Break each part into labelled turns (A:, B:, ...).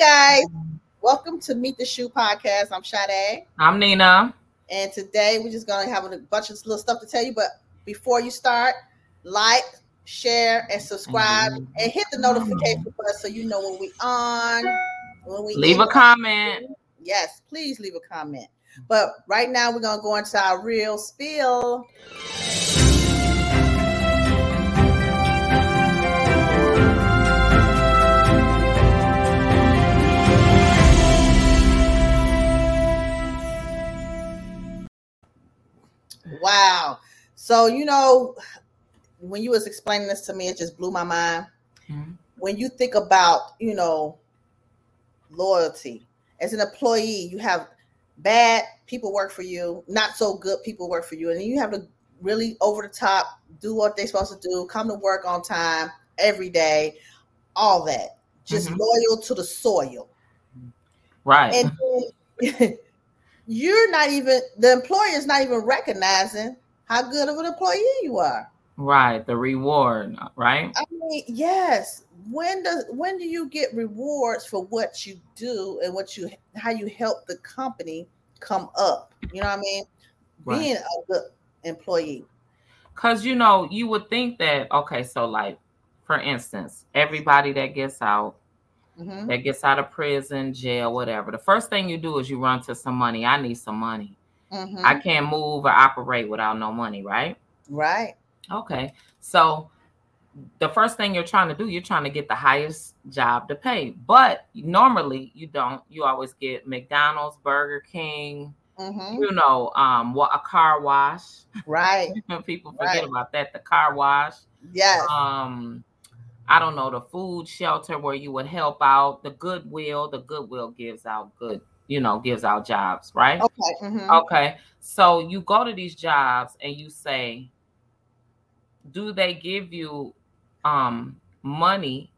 A: Um,
B: Welcome to Meet the Shoe Podcast. I'm Sade.
A: I'm Nina.
B: And today we're just going to have a bunch of little stuff to tell you. But before you start, like, share, and subscribe,
A: Mhm.
B: and hit the notification button so you know when we on. When we
A: Leave
B: in.
A: a comment.
B: Yes, please leave a comment. But right now we're gonna go into our real spill. Wow. So you know, when you was explaining this to me, it just blew my mind.
A: Mhm.
B: When you think about, you know, loyalty as an employee, you have bad people work for you, not so good people work for you, and you have to really over the top do what they're supposed to do, come to work on time every day, all that. Just
A: Mhm.
B: loyal to the soil.
A: Right.
B: And then you're not even the employer is not even recognizing how good of an employee you are.
A: right. The reward. Right.
B: I mean, yes. When does when do you get rewards for what you do and what you how you help the company come up? You know what I mean?
A: Right.
B: Being a good employee.
A: Because, you know, you would think that, okay, so like, for instance, everybody that gets out,
B: Mhm.
A: that gets out of prison, jail, whatever, the first thing you do is you run to some money. I need some money.
B: Mhm.
A: I can't move or operate without no money. Right.
B: right.
A: Okay. So the first thing you're trying to do, you're trying to get the highest job to pay. But normally you don't. You always get McDonald's, Burger King,
B: Mhm.
A: you know, um what a car wash.
B: Right.
A: People forget
B: Right.
A: about that, the car wash.
B: Yes.
A: Um I don't know, the food shelter where you would help out, the goodwill, the goodwill gives out good, you know, gives out jobs, right?
B: Okay. Mhm.
A: Okay. So you go to these jobs and you say, do they give you um money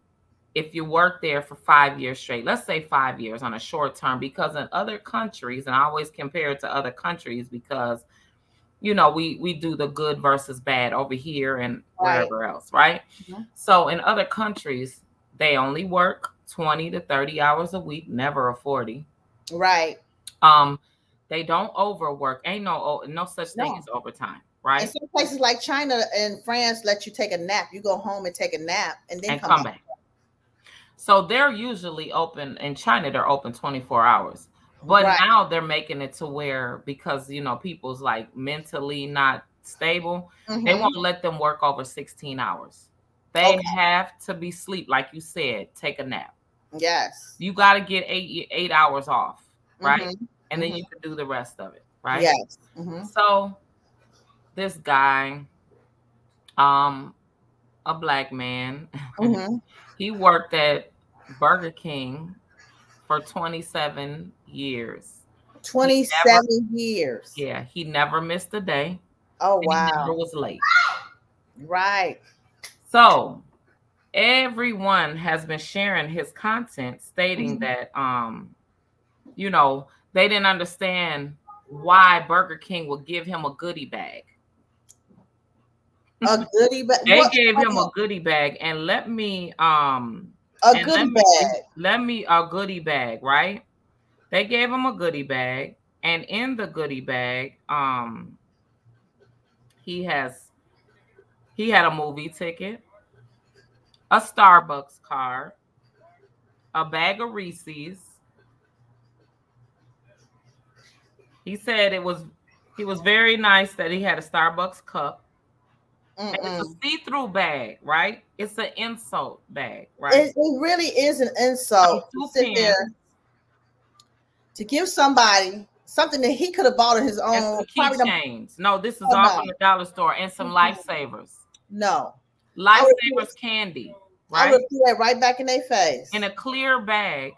A: if you work there for five years straight? Let's say five years on a short term, because in other countries, and I always compare it to other countries because you know we we do the good versus bad over here and
B: Right.
A: wherever else, right?
B: Mhm.
A: So in other countries, they only work 20 to 30 hours a week, never a 40.
B: Right.
A: Um, they don't overwork. Ain't no o- no such thing
B: No.
A: as overtime,
B: And
A: right?
B: some places like China and France let you take a nap. You go home and take a nap and then
A: And come back. So they're usually open in China. They're open twenty four hours, but
B: Right.
A: now they're making it to where because you know people's like mentally not stable, they
B: Mhm.
A: won't let them work over sixteen hours. They
B: Okay.
A: have to be sleep, like you said, take a nap.
B: Yes.
A: You got to get eight eight hours off, right?
B: Mhm.
A: And then
B: Mhm.
A: you can do the rest of it, right?
B: Yes. Mhm.
A: So this guy, um, a black man,
B: Mhm.
A: he worked at Burger King for 27 years.
B: 27 years.
A: Yeah, he never missed a day.
B: Oh
A: and He never
B: wow.
A: was late.
B: Right.
A: So everyone has been sharing his content stating
B: Mhm.
A: that um, you know, they didn't understand why Burger King would give him a goodie bag.
B: a goodie bag.
A: They
B: what-
A: gave him a goodie bag, and let me um
B: a
A: and
B: goodie
A: let me-
B: bag.
A: let me a goodie bag, right? They gave him a goodie bag, and in the goodie bag, um, he has he had a movie ticket, a Starbucks card, a bag of Reese's. He said it was he was very nice that he had a Starbucks cup. And
B: Mm-mm.
A: it's a see-through bag, right? It's an insult bag, right?
B: It, it really is an
A: Some
B: insult to
A: two
B: sit there
A: pins
B: to give somebody something that he could have bought on his
A: and
B: own.
A: some
B: Oh, Probably the-
A: keychains. No, this is
B: Oh,
A: all
B: no.
A: from the dollar store and some
B: Mhm.
A: lifesavers.
B: no, would do
A: Lifesavers candy,
B: I
A: right?
B: would threw that right back in their face.
A: in a clear bag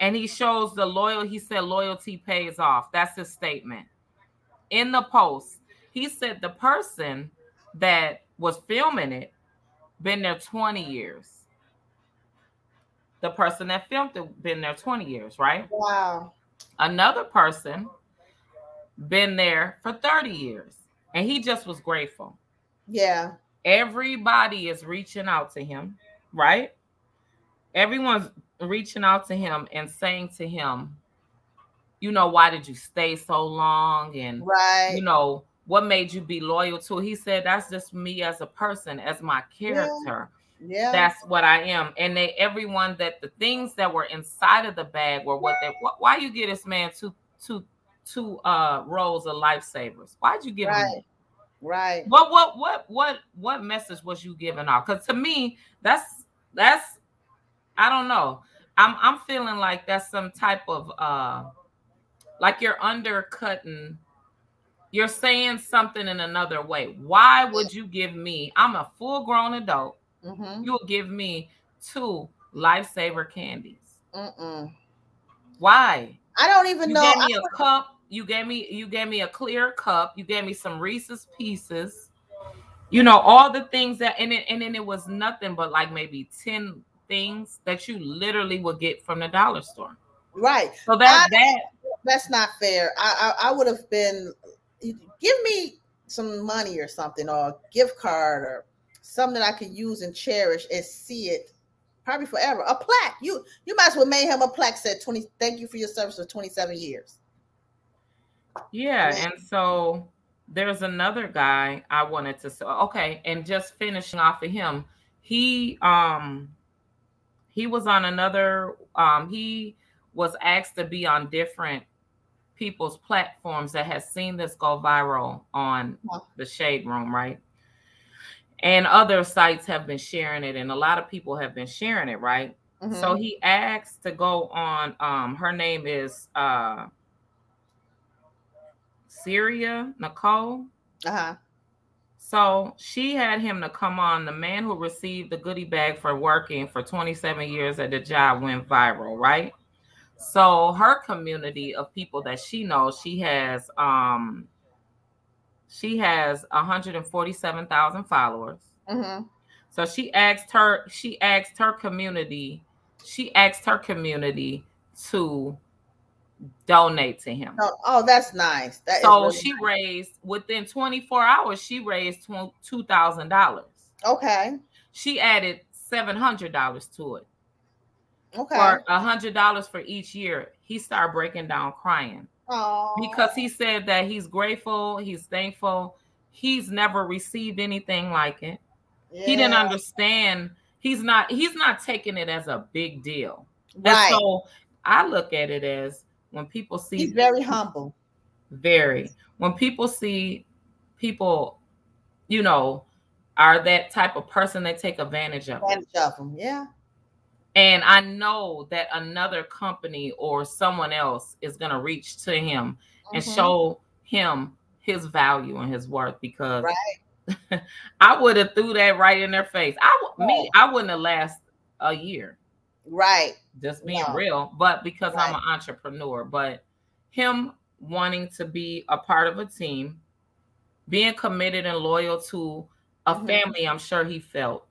A: and he shows the loyal he said loyalty pays off that's his statement in the post he said the person that was filming it been there 20 years the person that filmed it been there 20 years right
B: wow.
A: another person been there for 30 years and he just was grateful
B: Yeah.
A: everybody is reaching out to him right everyone's reaching out to him and saying to him, you know, why did you stay so long? And
B: right.
A: you know, what made you be loyal to? He said, That's just me as a person, as my character.
B: yeah.
A: That's what I am. And they everyone that the things that were inside of the bag were what they wh- why you give this man two two two uh rolls of lifesavers? Why'd you give him that?
B: right. Right.
A: what what what what what message was you giving off because to me that's that's i don't know i'm i'm feeling like that's some type of uh like you're undercutting you're saying something in another way why would you give me i'm a full grown adult
B: Mm-hmm.
A: you'll give me two lifesaver candies
B: Mm-mm. why?
A: why
B: I don't even
A: you
B: know.
A: gave
B: I,
A: me a cup. You gave me you gave me a clear cup. You gave me some Reese's pieces. You know all the things that and it, and then it was nothing but like maybe ten things that you literally would get from the dollar store.
B: right.
A: So that that
B: That's not fair. I I, I would have been give me some money or something or a gift card or something that I could use and cherish and see it probably forever. A plaque. You you might as well made him a plaque said 20 thank you for your service for 27 years.
A: yeah.
B: Yeah.
A: And so there's another guy I wanted to say. Okay, and just finishing off of him, he um he was on another um he was asked to be on different people's platforms that has seen this go viral on
B: Yeah.
A: the shade room right and other sites have been sharing it and a lot of people have been sharing it right
B: Mhm.
A: so he asked to go on um her name is uh syria nicole
B: uh-huh.
A: so she had him to come on. The man who received the goodie bag for working for 27 years at the job went viral, right? So her community of people that she knows, she has um she has 147,000 followers.
B: Mhm.
A: So she asked her she asked her community, she asked her community to donate to him
B: Oh, oh, that's nice. That is
A: so
B: really-
A: she raised within 24 hours she raised tw- $2000
B: okay.
A: she added $700 to it
B: Okay.
A: or $100 for each year he started breaking down crying
B: Aw.
A: because he said that he's grateful he's thankful he's never received anything like it he didn't
B: Yeah.
A: understand he's not he's not taking it as a big deal
B: right.
A: and so i look at it as when people see
B: He's very humble.
A: Very. When people see people, you know, are that type of person, they take advantage of it.
B: Advantage of him. Yeah.
A: And I know that another company or someone else is going to reach to him and
B: Mhm.
A: show him his value and his worth because I would have threw that right in their face. I w- me, I wouldn't have last a year.
B: Right.
A: just being
B: No.
A: real, but because I'm
B: Right.
A: an entrepreneur, but him wanting to be a part of a team, being committed and loyal to a
B: Mhm.
A: family, I'm sure he felt.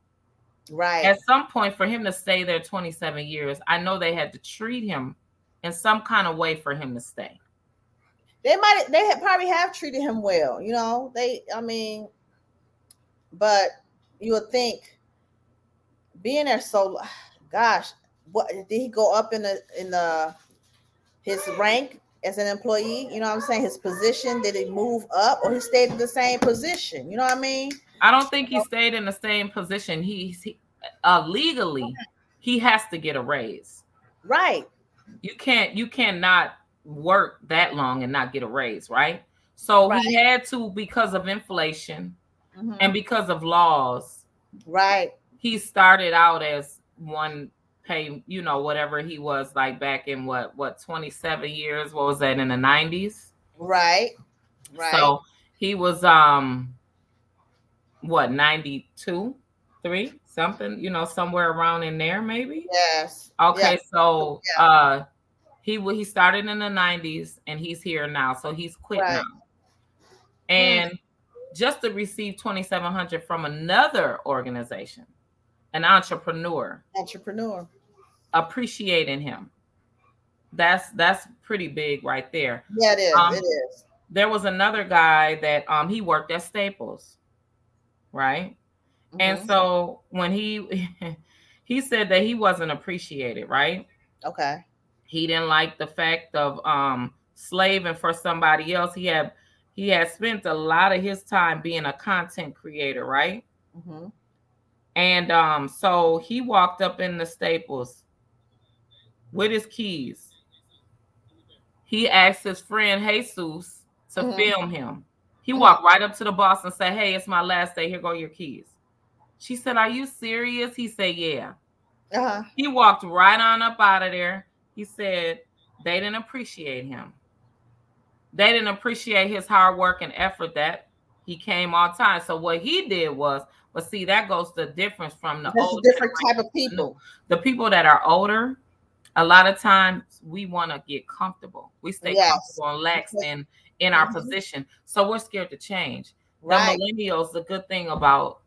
B: Right.
A: At some point, for him to stay there 27 years, I know they had to treat him in some kind of way for him to stay.
B: they might they had probably have treated him well you know they i mean but you would think being there so l- gosh what did he go up in the in the his rank as an employee you know what i'm saying his position did he move up or he stayed in the same position you know what i mean
A: I don't think he stayed in the same position. He's he, uh, legally, he has to get a raise.
B: right
A: you can't you cannot work that long and not get a raise right so he had to because of inflation
B: Mhm.
A: and because of laws
B: right
A: he started out as one pay you know whatever he was like back in what what 27 years what was that in the 90s
B: right right
A: so he was um what 92 3 something you know somewhere around in there maybe
B: yes
A: Okay,
B: Yeah.
A: so
B: Yeah.
A: uh he wa- he started in the 90s and he's here now. So he's quit
B: Right.
A: now. And just to receive 2700 from another organization, an entrepreneur
B: entrepreneur
A: appreciating him. That's that's pretty big right there.
B: yeah it is
A: Um,
B: it is
A: There was another guy that um he worked at
B: Mm-hmm.
A: Staples. Right? And
B: Mhm.
A: so when he He said that he wasn't appreciated, right?
B: Mm-hmm. Okay.
A: He didn't like the fact of um slaving for somebody else. He had he had spent a lot of his time being a content creator, right?
B: Mm-hmm.
A: And um, so he walked up in the Staples with his keys. He asked his friend Jesus to
B: Mhm.
A: film him. He
B: Mhm.
A: walked right up to the boss and said, Hey, it's my last day. Here go your keys. She said, Are you serious? He said, Yeah.
B: Uh-huh.
A: He walked right on up out of there. He said they didn't appreciate him. They didn't appreciate his hard work and effort that he came all time. So what he did was, but see, that goes to the difference from the
B: That's a
A: old
B: different
A: generation
B: type of people.
A: the people that are older, a lot of times we want to get comfortable. We stay
B: Yes.
A: comfortable and lax in in our
B: Mhm.
A: position, so we're scared to change.
B: Right.
A: The millennials, the good thing about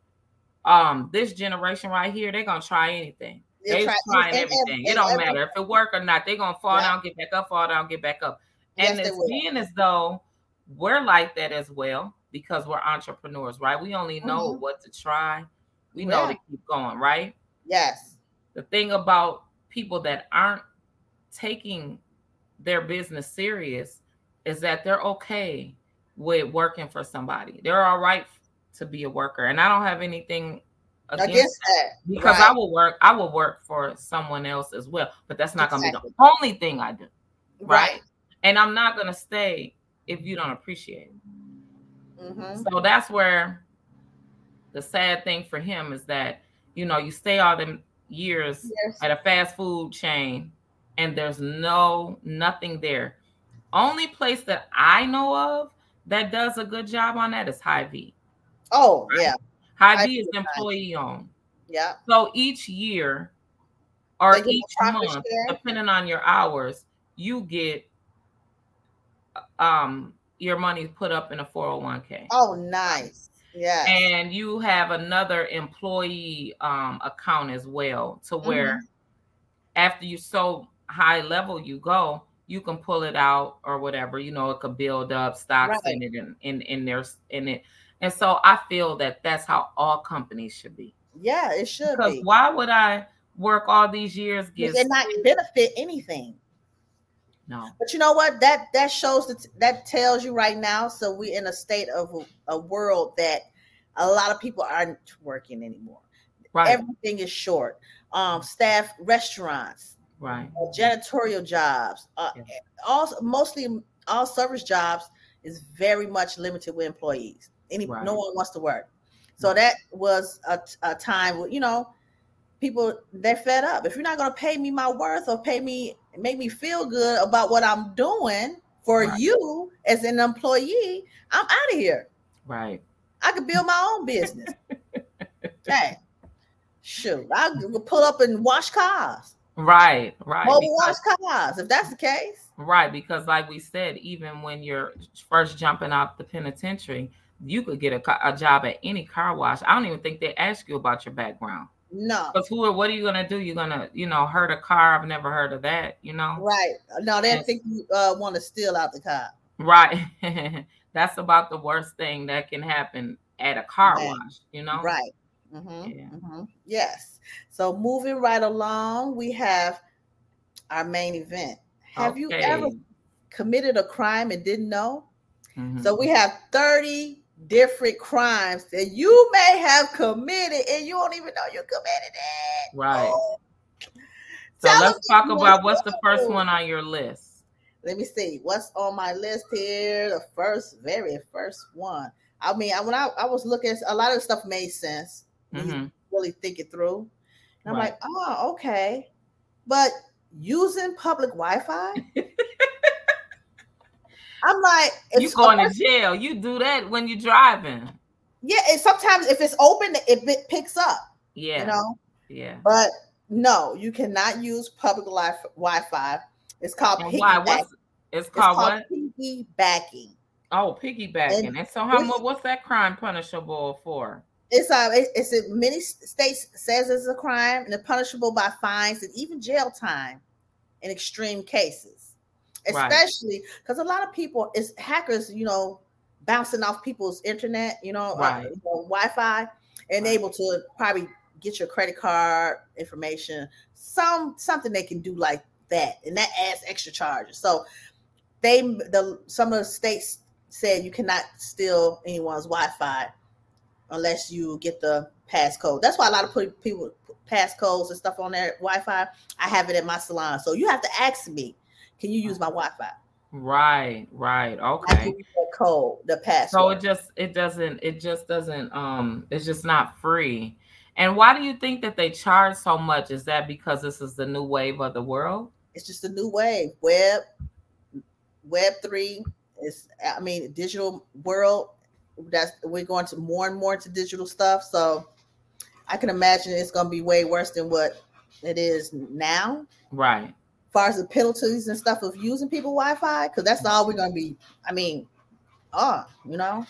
A: um this generation right here, they're gonna try anything.
B: They're
A: They're
B: try-
A: trying
B: and- and-
A: everything. it
B: and
A: don't
B: every-
A: matter if it work or not. They're gonna fall
B: Right.
A: down, get back up, fall down, get back up.
B: Yes,
A: And
B: they
A: it's
B: will.
A: being as though we're like that as well because we're entrepreneurs, right? We only know
B: Mhm.
A: what to try. We know
B: Yeah.
A: to keep going, right?
B: Yes.
A: the thing about people that aren't taking their business serious is that they're okay with working for somebody. They're all right to be a worker, and I don't have anything against,
B: Against
A: that
B: that.
A: because
B: right.
A: I will work. I will work for someone else as well, but that's not going to be
B: Exactly.
A: the only thing I do,
B: Right.
A: right? and I'm not going to stay if you don't appreciate it.
B: Mm-hmm.
A: So that's where the sad thing for him is that you know you stay all them years
B: Yes.
A: at a fast food chain and there's no nothing there. Only place that I know of that does a good job on that is Hy-Vee.
B: Oh, yeah.
A: Hy-Vee
B: Hy-Vee,
A: is
B: right.
A: employee owned.
B: Yeah.
A: So each year or
B: They give a
A: each
B: profit
A: month,
B: share?
A: depending on your hours, you get um your money put up in a 401k.
B: Oh, nice. Yes.
A: And you have another employee um, account as well, to
B: Mm-hmm.
A: where after you so high level you go, you can pull it out or whatever. You know, it could build up stocks in it and in in there's in it. And so I feel that that's how all companies should be.
B: yeah, it should
A: Because
B: be.
A: why would I work all these years?
B: It
A: Get
B: did not benefit anything.
A: no.
B: But you know what? That that shows that that tells you right now. So we're in a state of a world that a lot of people aren't working anymore.
A: Right.
B: Everything is short. Um, staff, restaurants,
A: right.
B: uh, janitorial jobs, uh,
A: Yeah.
B: all mostly all service jobs is very much limited with employees. Any
A: Right.
B: no one wants to work, so that was a, a time where you know people they're fed up. If you're not going to pay me my worth or pay me make me feel good about what I'm doing for
A: Right.
B: you as an employee, I'm out of here.
A: Right.
B: I could build my own business. hey, shoot, I could pull up and wash cars.
A: Right. Right.
B: Mobile
A: because-
B: wash cars, if that's the case.
A: Right, because like we said, even when you're first jumping out the penitentiary, you could get a, co- a job at any car wash. I don't even think they ask you about your background.
B: No,
A: Because who? What are you gonna do? You're gonna, you know, hurt a car? I've never heard of that. You know,
B: right? No, they
A: Yes.
B: think you uh, want to steal out the car.
A: right? That's about the worst thing that can happen at a car
B: Yeah.
A: wash. You know,
B: Right. Mm-hmm.
A: Yeah.
B: hmm Yes. So moving right along, we have our main event. Have you ever
A: Okay.
B: committed a crime and didn't know?
A: Mhm.
B: So we have 30 different crimes that you may have committed and you don't even know you committed it.
A: Right.
B: Oh,
A: so
B: tell
A: let's
B: them
A: talk
B: what
A: about
B: you
A: what's the first
B: know.
A: one on your list.
B: let me see what's on my list here. The first, very first one. I mean, I, when I, I was looking, a lot of stuff made sense. when you
A: Mhm.
B: really think it through. And I'm
A: Right.
B: like, oh, okay. But using public Wi-Fi? I'm like,
A: You
B: it's
A: going
B: open-
A: to jail? You do that when you're driving?
B: yeah, and sometimes if it's open, it, it picks up,
A: Yeah.
B: you know.
A: Yeah.
B: But no, you cannot use public li- Wi-Fi. It's called
A: And
B: piggyback.
A: why? What's
B: it's
A: it's
B: called E
A: called what?
B: piggybacking.
A: Oh, piggybacking. And,
B: And
A: so, how
B: this-
A: much? What's that crime punishable for?
B: It's a it- it's in many states says it's a crime and it's punishable by fines and even jail time in extreme cases,
A: Right.
B: especially because a lot of people is hackers, you know, bouncing off people's internet, you know, uh,
A: Right.
B: you know, Wi-Fi, and
A: Right.
B: able to probably get your credit card information, some something they can do like that, and that adds extra charges. So they the some of the states said you cannot steal anyone's Wi-Fi unless you get the passcode. That's why a lot of people put passcodes and stuff on their Wi-Fi. I have it at my salon, so you have to ask me, can you use my Wi-Fi?
A: Right, right, okay.
B: The code, the password.
A: So it just it doesn't it just doesn't um it's just not free. And why do you think that they charge so much? Is that because this is the new wave of the world?
B: It's just a new wave. Web, Web three is I mean digital world. That's we're going to more and more to digital stuff. So I can imagine it's going to be way worse than what it is now.
A: Right.
B: As far as the penalties and stuff of using people Wi-Fi, because that's all we're going to be. I mean, oh, you know.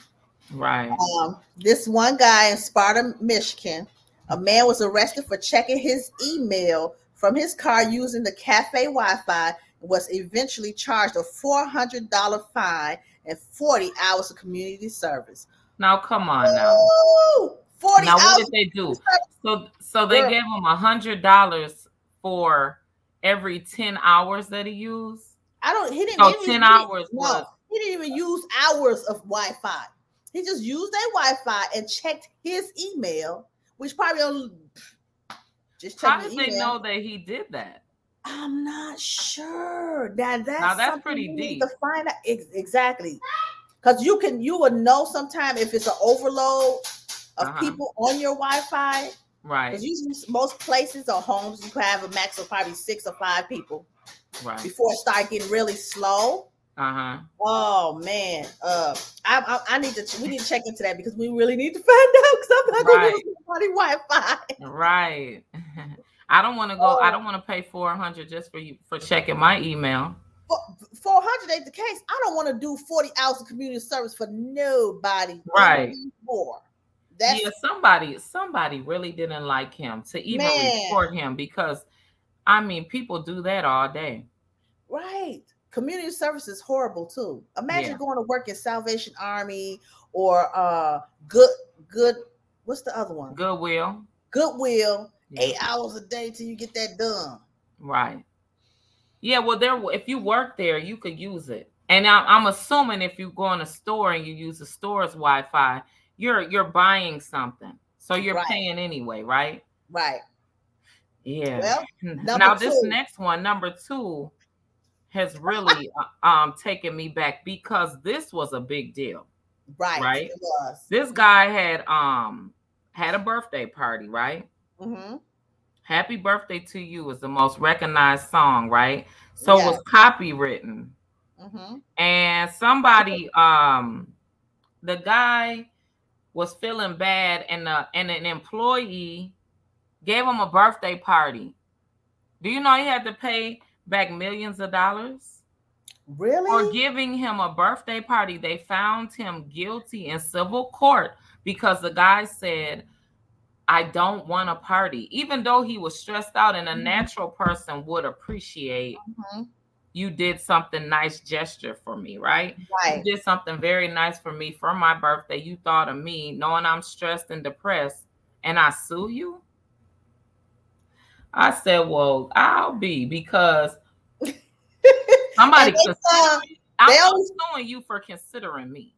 A: Right.
B: Um, this one guy in Sparta, Michigan, a man was arrested for checking his email from his car using the cafe Wi-Fi and was eventually charged a $400 fine and 40 hours of community service.
A: Now, come on now.
B: 40
A: now, what
B: hours.
A: did they do? So, so they gave him a hundred dollars for every ten hours that he used.
B: I don't, he didn't even-
A: So Oh, ten
B: he didn't-
A: hours was
B: No, he didn't even use hours of Wi-Fi. He just used their Wi-Fi and checked his email, which probably on, just
A: How
B: checked
A: did
B: the
A: they
B: email.
A: know that he did that?
B: I'm not sure. Now that's,
A: Now, that's
B: something
A: pretty
B: you need
A: deep.
B: To find out ex- exactly, because you can you will know sometime if it's an overload of
A: Uh-huh.
B: people on your Wi-Fi.
A: Right,
B: Because usually most places or homes you can have a max of probably six or five people
A: right.
B: before it start getting really slow.
A: Uh huh.
B: Oh man, uh, I, I I need to we need to check into that because we really need to find out because I'm not gonna
A: Right.
B: use somebody Wi-Fi.
A: Right. I don't want to go. I don't want to pay four hundred just for you for checking my email.
B: Four hundred ain't the case. I don't want to do forty hours of community service for nobody.
A: Right.
B: More. That's
A: yeah, somebody somebody really didn't like him to even
B: Man.
A: report him because I mean people do that all day.
B: right. Community service is horrible too. Imagine
A: Yeah.
B: going to work at Salvation Army or uh good good. What's the other one?
A: Goodwill.
B: Goodwill.
A: Yeah,
B: Eight hours a day till you get that done.
A: Right. Yeah, well there if you work there, you could use it. And I, I'm assuming if you go in a store and you use the store's Wi-Fi, you're you're buying something. So you're
B: Right.
A: paying anyway, right?
B: Right.
A: Yeah.
B: Well, number
A: now this
B: two.
A: next one number two has really uh, um taken me back because this was a big deal
B: Right.
A: Right.
B: It was.
A: this guy had um had a birthday party right
B: Mm-hmm.
A: happy birthday to you is the most recognized song right so it was copywritten
B: Mm-hmm.
A: and somebody um the guy was feeling bad and uh and an employee gave him a birthday party do you know he had to pay back millions of dollars
B: Really?
A: for giving him a birthday party. They found him guilty in civil court because the guy said, I don't want a party, even though he was stressed out, and a
B: Mhm.
A: natural person would appreciate
B: Mhm.
A: you did something nice gesture for me, right?
B: Right.
A: You did something very nice for me for my birthday. You thought of me, knowing I'm stressed and depressed, and I sue you. I said, Well, I'll be because somebody
B: And they
A: could
B: sung,
A: I'm
B: They
A: not
B: always-
A: suing you for considering me.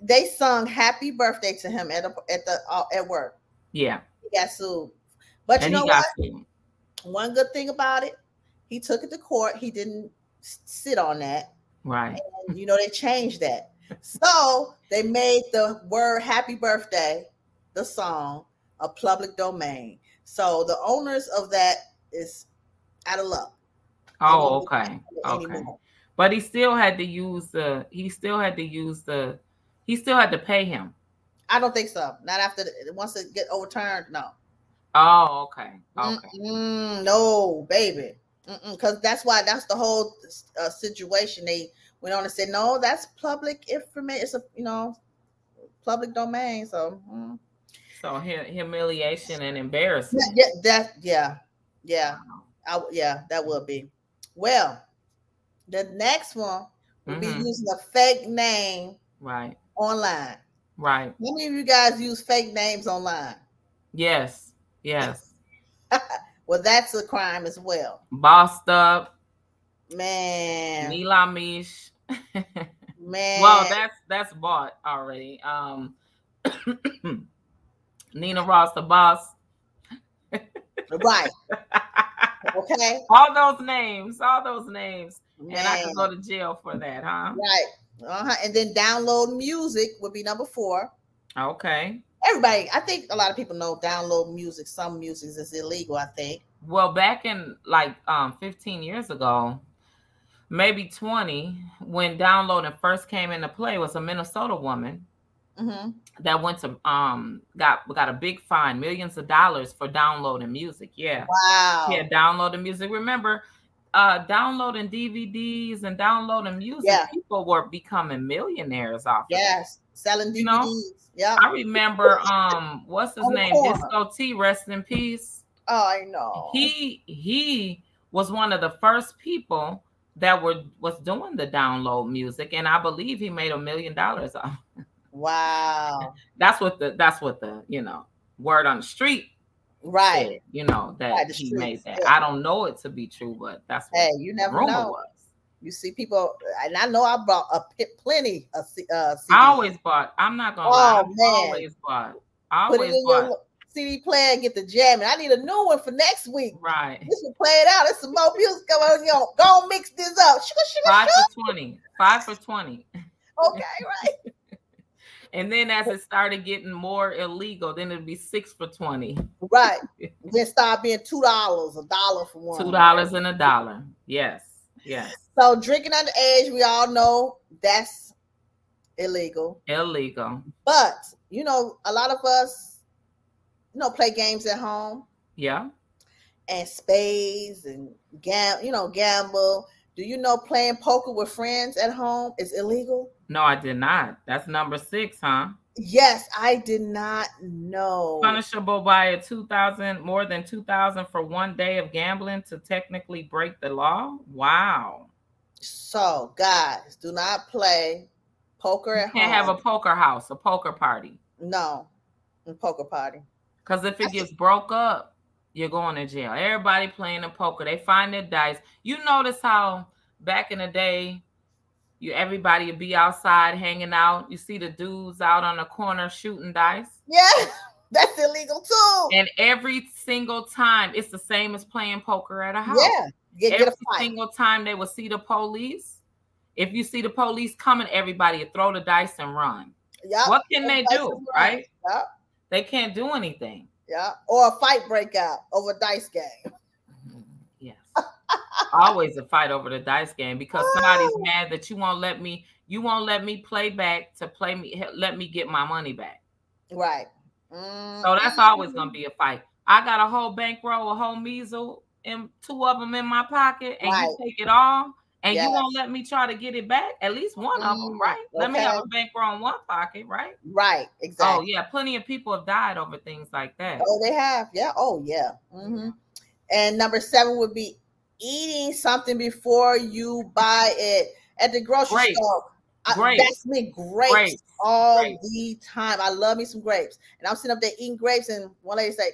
B: they sung "Happy Birthday" to him at a, at the uh, at work.
A: Yeah,
B: He got sued, but you
A: and
B: know
A: he got
B: what?
A: sued.
B: One good thing about it, he took it to court. He didn't s- sit on that.
A: Right,
B: And, you know they changed that, so they made the word "Happy Birthday," the song, a public domain. So the owners of that is out of luck. They
A: Oh,
B: won't be
A: okay.
B: liable
A: Okay.
B: anymore.
A: but he still had to use the. He still had to use the. He still had to pay him.
B: I don't think so. Not after the, once it get overturned. No.
A: Oh, okay.
B: Mm-hmm.
A: Okay.
B: Mm-mm, no, baby. Because that's why that's the whole uh, situation. They went on and said, no, that's public information. It's a, you know, public domain. So, mm.
A: So hu- humiliation and
B: yeah,
A: embarrassment.
B: yeah, that, yeah, yeah, I, w- yeah, that would be. Well, the next one would
A: Mhm.
B: be using a fake name
A: Right.
B: online.
A: Right.
B: How many of you guys use fake names online?
A: Yes. Yes.
B: well, that's a crime as well.
A: Bossed up,
B: Man,
A: Milamish.
B: man.
A: well, that's that's bought already. Um Nina Ross, the boss.
B: right. Okay.
A: all those names, all those names.
B: Man.
A: And I could go to jail for that, huh?
B: Right. Uh-huh. And then download music would be number four.
A: Okay.
B: Everybody, I think a lot of people know download music. Some music is illegal, I think.
A: Well, back in like um 15 years ago, maybe 20, when downloading first came into play was a Minnesota woman
B: hmm
A: that went to um got got a big fine, millions of dollars for downloading music. Yeah.
B: Wow.
A: Yeah, downloading music. Remember, uh downloading DVDs and downloading music,
B: Yeah.
A: people were becoming millionaires off of it.
B: Yes. Selling DVDs.
A: You know?
B: Yeah.
A: I remember um what's his
B: On the
A: name?
B: corner.
A: Disco T, rest in peace.
B: Oh, I know.
A: he he was one of the first people that were was doing the download music and i believe he made a million dollars off
B: wow.
A: that's what the that's what the you know word on the street
B: Right.
A: said, you know that
B: Right, the
A: he
B: streets,
A: made that
B: yeah.
A: i don't know it to be true but that's what
B: Hey,
A: the
B: you never
A: rumor
B: know.
A: was
B: You see people, and I know I bought a p- plenty of C- uh, CDs.
A: i always bought i'm not gonna lie
B: Oh,
A: I
B: man.
A: always bought I
B: put it
A: always
B: in
A: bought
B: your CD player and get the jamming. I need a new one for next week.
A: right
B: This will play it out. It's some more music coming on. Yo, go mix this up. Sugar, sugar,
A: five
B: sugar.
A: for 20 five for 20
B: Okay, right.
A: and then as it started getting more illegal then it'd be six for 20
B: Right. Then start being two dollars, a dollar for one.
A: Two dollars and a dollar. Yes. Yes.
B: So drinking underage, we all know that's illegal.
A: Illegal.
B: But you know, a lot of us, you know, play games at home
A: Yeah.
B: and spades and gam, you know, gamble. Do you know playing poker with friends at home is illegal?
A: No, I did not. That's number six, huh?
B: Yes, I did not know.
A: Punishable by a two thousand more than two thousand for one day of gambling to technically break the law. Wow.
B: So, guys, do not play poker
A: You
B: at
A: can't have
B: home.
A: a poker house, a poker party.
B: no a poker party.
A: Because if
B: I
A: it
B: see.
A: gets broke up, you're going to jail. Everybody playing the poker, they find their dice. You notice how back in the day, you everybody would be outside hanging out. You see the dudes out on the corner shooting dice.
B: Yeah, that's illegal too.
A: And every single time, it's the same as playing poker at a house.
B: yeah, get,
A: every
B: get a fight.
A: single time they will see the police. If you see the police coming, everybody will throw the dice and run.
B: Yeah,
A: what can they
B: dice
A: do,
B: and run.
A: right?
B: Yep.
A: They can't do anything.
B: yeah, or a fight break out over a dice game.
A: Yes. Always a fight over the dice game because somebody's mad that you won't let me, you won't let me play back to play me, let me get my money back.
B: Right. Mm-hmm.
A: So that's always gonna be a fight. I got a whole bankroll, a whole measle, and two of them in my pocket, and
B: Right.
A: you take it all, and
B: Yes.
A: you won't let me try to get it back. At least one of
B: Mm,
A: them, right? Let me have
B: okay.
A: a bankroll in one pocket, right?
B: right. Exactly.
A: Oh yeah, plenty of people have died over things like that.
B: Oh, they have. Yeah. Oh, yeah. hmm And number seven would be eating something before you buy it at the grocery
A: Grapes.
B: store. I-
A: Grapes.
B: That's me grapes,
A: Grapes.
B: all
A: Grapes.
B: the time. I love me some grapes. And I'm sitting up there eating grapes, and one lady say,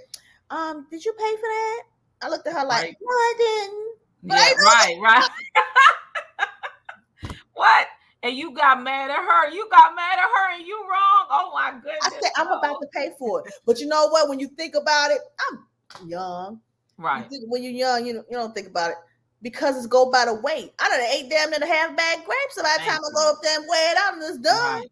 B: "Um, did you pay for that?" I looked at her like,
A: Right.
B: "No, I didn't." But I
A: Yeah, right, right. what? And you got mad at her. You got mad at her, and you wrong. Oh my goodness.
B: I said, "I'm about
A: no."
B: to pay for it." But you know what? When you think about it, I'm young. You
A: Right.
B: think when you're young, you don't, you don't think about it because it's go by the weight. I done ate damn near a half bag grapes. So by the
A: Thank
B: time I
A: you.
B: go up there and weigh it out, and it's done.
A: Right.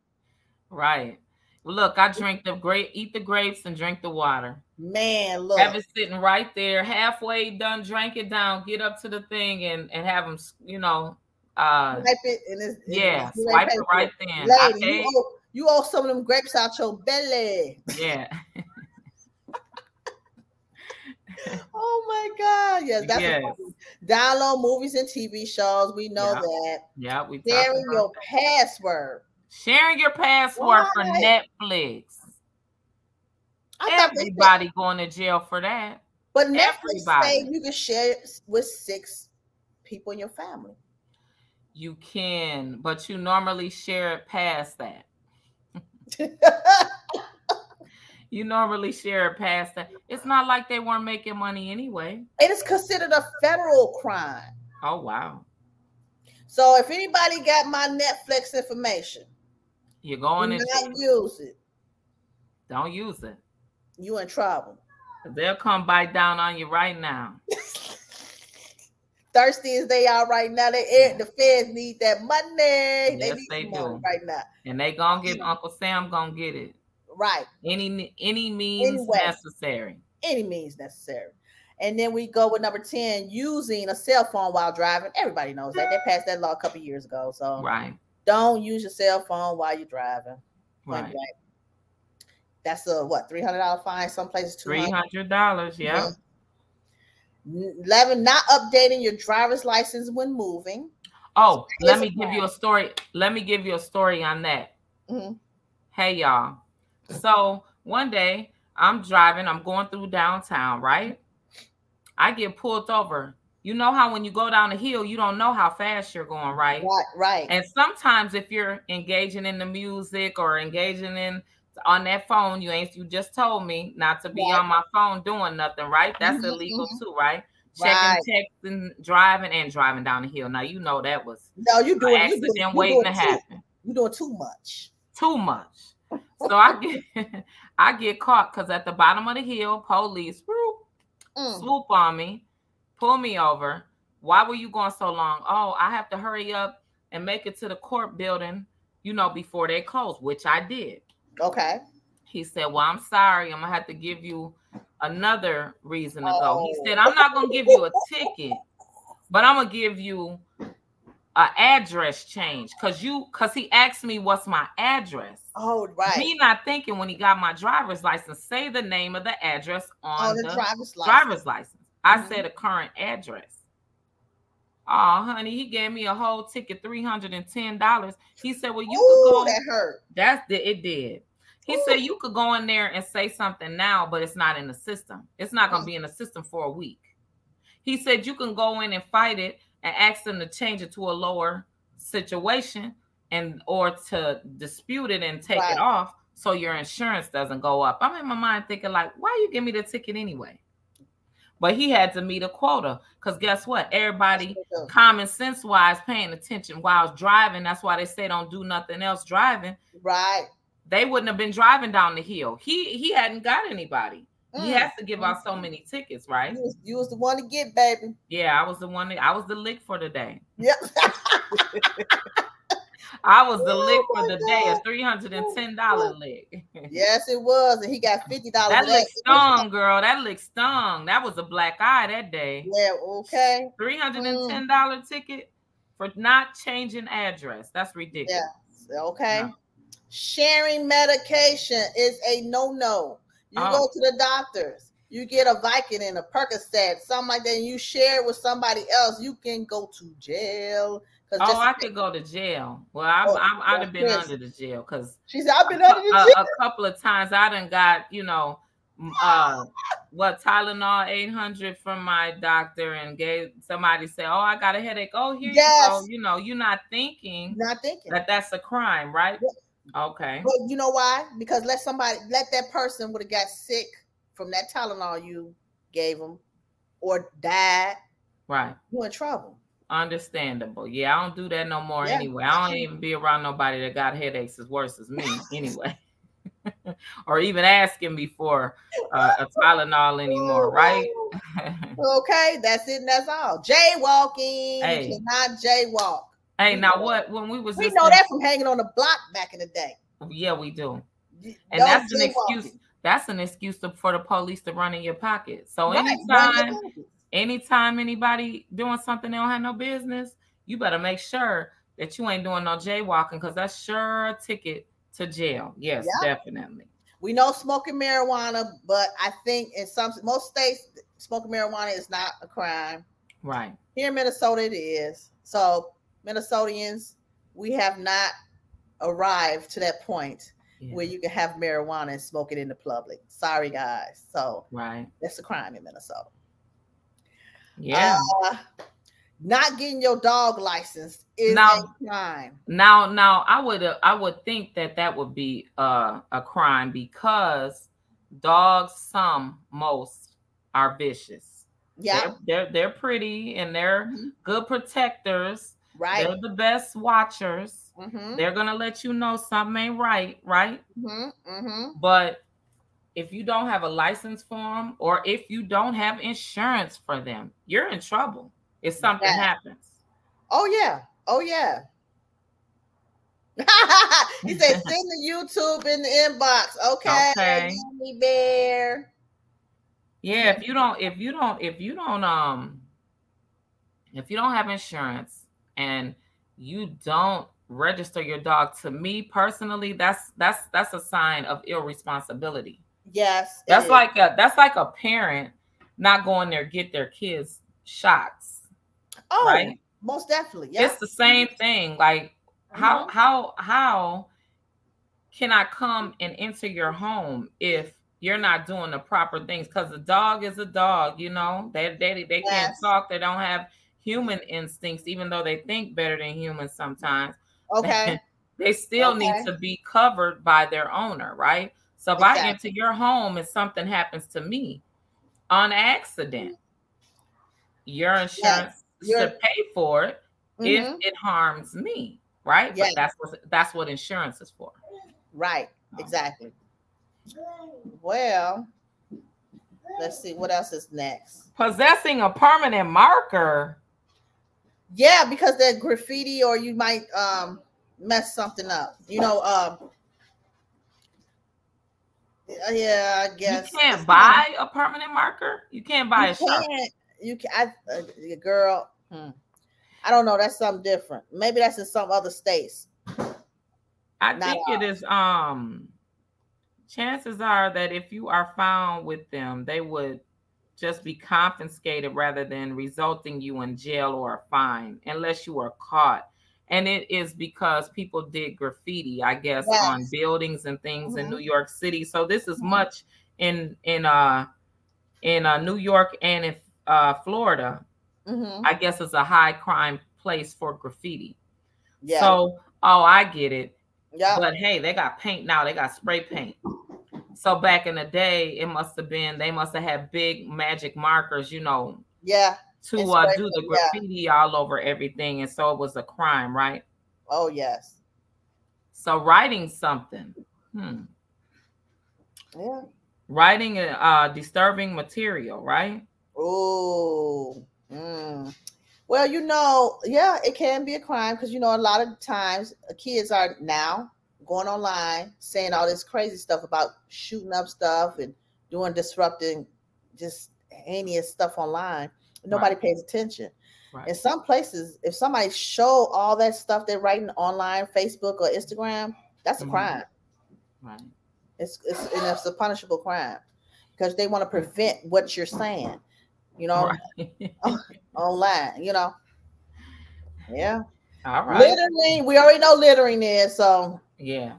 A: Right. Look, I drink the grape, eat the grapes, and drink the water.
B: Man, look,
A: Have it sitting right there, halfway done, drank it down, get up to the thing and and have them, you know, uh,
B: swipe it and it's and
A: yeah,
B: you ain't
A: swipe
B: pay
A: it
B: for
A: right then. I
B: Lady, you
A: paid,
B: owe, you owe some of them grapes out your belly.
A: yeah,
B: Oh my God, yes, that's
A: yes,
B: important. download movies and TV shows. We know
A: Yeah.
B: that
A: yeah. We talked
B: sharing
A: about
B: your
A: that.
B: password.
A: sharing your password for
B: Right.
A: Netflix.
B: I thought they said,
A: Everybody going to jail for that.
B: but Netflix
A: everybody.
B: say you can share it with six people in your family.
A: You can, but you normally share it past that. you normally share it past that. It's not like they weren't making money anyway.
B: It is considered a federal crime.
A: Oh wow.
B: So if anybody got my Netflix information,
A: You're going
B: do
A: in.
B: not use it.
A: Don't use it.
B: You in trouble.
A: They'll come bite down on you right now.
B: Thirsty as they are right now, they eh, the feds need that money. they
A: Yes,
B: need
A: they
B: some money
A: do.
B: right now.
A: And they gonna get Uncle Sam gonna get it.
B: Right.
A: Any any means
B: Anyway.
A: necessary.
B: Any means necessary. And then we go with number 10, using a cell phone while driving. Everybody knows that. They passed that law a couple years ago. So
A: Right.
B: don't use your cell phone while you're driving. Point
A: Right.
B: blank. That's a what three hundred dollar fine. Some places two
A: Three
B: hundred.
A: hundred dollars. Yeah.
B: Eleven. Not updating your driver's license when moving.
A: Oh,
B: It's
A: let me
B: a
A: give you a story. Let me give you a story on that.
B: Mhm.
A: Hey y'all. So one day I'm driving, I'm going through downtown, right? I get pulled over. You know how when you go down a hill, you don't know how fast you're going, right?
B: Right. Right.
A: And sometimes if you're engaging in the music or engaging in on that phone, you ain't you just told me not to be
B: Right.
A: on my phone doing nothing, right? That's
B: Mhm,
A: illegal too, right? Checking
B: Right.
A: texting, driving, and driving down the hill. Now you know that was
B: no, you
A: an
B: doing you doing,
A: accident
B: you
A: waiting to
B: doing too,
A: happen.
B: you doing too much.
A: Too much. So I get I get caught because at the bottom of the hill, police whoop,
B: Mm.
A: swoop on me, pull me over. Why were you going so long? Oh, I have to hurry up and make it to the court building, you know, before they close, which I did.
B: Okay.
A: He said, Well, I'm sorry. I'm going to have to give you another reason to go.
B: Oh.
A: He said, I'm not going to give you a ticket, but I'm going to give you a address change because you, because he asked me, What's my address?
B: Oh, right.
A: Me not thinking when he got my driver's license, say the name of the address on
B: On Oh, the
A: the
B: driver's license.
A: driver's license. I
B: Mhm.
A: said a current address. Oh, honey, he gave me a whole ticket, three hundred and ten dollars. He said, "Well, you
B: Ooh,
A: could go."
B: that hurt.
A: That's the it did. He said you could go in there and say something now, but it's not in the system. It's not going to be in the system for a week. He said you can go in and fight it and ask them to change it to a lower situation and or to dispute it and take
B: Right.
A: it off so your insurance doesn't go up. I'm in my mind thinking like, why you give me the ticket anyway? But he had to meet a quota because guess what? Everybody common sense wise paying attention while driving. That's why they say don't do nothing else driving.
B: Right.
A: They wouldn't have been driving down the hill. He he hadn't got anybody. He
B: Mm.
A: has to give out so many tickets, right?
B: You, was, you was the one to get, baby.
A: Yeah, I was the one. That, I was the lick for the day.
B: Yep.
A: I was the lick
B: Oh
A: for
B: my
A: the day.
B: God.
A: A three hundred and ten dollar lick.
B: yes, it was, and he got fifty dollars.
A: that lick stung, girl. That lick stung. That was a black eye that day.
B: Yeah. Okay.
A: Three hundred and ten dollar ticket for not changing address. That's ridiculous.
B: Okay.
A: No.
B: Sharing medication is a no-no. You go
A: Oh.
B: to the doctors, you get a Vicodin and a Percocet, something like that, and you share it with somebody else, you can go to jail. 'Cause
A: Oh,
B: just-
A: I could go to jail. Well, I,
B: Oh,
A: I, I'd have been
B: yes.
A: under the jail because
B: she said, I've
A: a,
B: been under the jail.
A: a couple of times I done got, you know, m- uh, what Tylenol 800 from my doctor and gave somebody said, Oh, I got a headache. Oh, here you
B: Yes.
A: go. You know, you're not thinking
B: Not thinking.
A: uh, that that's a crime, right? Okay.
B: But you know why? Because let somebody let that person would have got sick from that Tylenol you gave them or died,
A: Right.
B: you in trouble.
A: Understandable. Yeah, I don't do that no more
B: Yeah.
A: anyway. I don't even be around nobody that got headaches as worse as me anyway. or even asking me for uh, a Tylenol anymore, right?
B: Okay, that's it and that's all. Jaywalking.
A: Hey.
B: You cannot jaywalk.
A: hey,
B: We
A: now
B: know
A: what when we was
B: We
A: just
B: know
A: in-
B: that from hanging on the block back in the day.
A: yeah, we do.
B: You-
A: And
B: don't
A: that's an
B: jaywalk.
A: excuse. That's an excuse to, for the police to run in your pocket. So
B: Right,
A: anytime
B: run your pockets.
A: anytime anybody doing something they don't have no business, you better make sure that you ain't doing no jaywalking because that's sure a ticket to jail. Yes, definitely.
B: we know smoking marijuana, but I think in some most states, smoking marijuana is not a crime.
A: Right.
B: Here in Minnesota, it is. So Minnesotians, we have not arrived to that point
A: Yeah,
B: where you can have marijuana and smoke it in the public. Sorry, guys. So
A: right.
B: that's a crime in Minnesota.
A: Yeah.
B: Uh, not getting your dog license is
A: Now-
B: a crime.
A: now, now I would uh, I would think that that would be uh, a crime because dogs, some, most are vicious.
B: Yeah,
A: They're they're, they're pretty and they're
B: Mhm.
A: good protectors.
B: right.
A: They're the best watchers.
B: Mm-hmm,
A: They're gonna let you know something ain't right, right?
B: mm-hmm, mm-hmm.
A: But if you don't have a license for them, or if you don't have insurance for them, you're in trouble if something
B: Yeah.
A: happens.
B: Oh yeah. Oh yeah. he said, "Send the YouTube in the inbox, okay?"
A: Okay.
B: Gummy bear.
A: Yeah, if you don't, if you don't, if you don't, um, if you don't have insurance and you don't register your dog, to me personally, that's that's that's a sign of irresponsibility.
B: Yes. it
A: That's
B: is.
A: like a that's like a parent not going there get their kids shots,
B: oh,
A: right?
B: most definitely. Yeah. Mm-hmm.
A: It's the same thing. Like how how how can I come and enter your home if you're not doing the proper things? Because a dog is a dog, you know. They they they can't
B: Yes.
A: talk. They don't have human instincts, even though they think better than humans sometimes.
B: Mm-hmm. okay.
A: they still
B: Okay.
A: need to be covered by their owner, right? So if I
B: Exactly.
A: enter your home and something happens to me on accident, your insurance
B: Your-
A: should pay for it
B: Mhm.
A: if it harms me, right?
B: Yes.
A: But that's what that's what insurance is for.
B: Right.
A: Oh.
B: Exactly. Well, let's see what else is next.
A: Possessing a permanent marker.
B: Yeah, because that graffiti, or you might um mess something up. You know. Um. Yeah, I guess
A: You can't
B: It's-
A: buy a permanent marker. You can't buy
B: you
A: a sharpie.
B: can't. You can. I, uh, your girl. hmm. I don't know. That's something different. Maybe that's in some other states.
A: I
B: Not
A: think it is um chances are that if you are found with them, they would just be confiscated rather than resulting you in jail or a fine unless you are caught. And it is because people did graffiti, I guess, on
B: Yes.
A: buildings and things in
B: Mhm.
A: New York City. So this is
B: Mhm.
A: much in in uh in uh New York and in uh Florida.
B: Mm-hmm.
A: I guess it's a high crime place for graffiti.
B: Yeah.
A: So oh I get it.
B: yeah.
A: But hey, they got paint now. They got spray paint. So back in the day, it must have been they must have had big magic markers, you know,
B: Yeah.
A: to
B: And
A: uh,
B: spray
A: do the
B: paint, yeah.
A: graffiti all over everything, and so it was a crime, right?
B: Oh yes.
A: So writing something, hmm,
B: Yeah.
A: writing a uh, disturbing material, right?
B: Oh. Mm. Well, you know, yeah, it can be a crime because you know a lot of times uh, kids are now going online saying all this crazy stuff about shooting up stuff and doing disrupting, just heinous stuff online. Nobody pays attention.
A: Right.
B: In some places, if somebody show all that stuff they're writing online, Facebook or Instagram, that's a
A: Mhm.
B: crime.
A: Right.
B: It's it's and it's a punishable crime because they want to prevent what you're saying, you know,
A: Right.
B: online, you know. Yeah.
A: all right.
B: Littering, we already know littering is so
A: Yeah.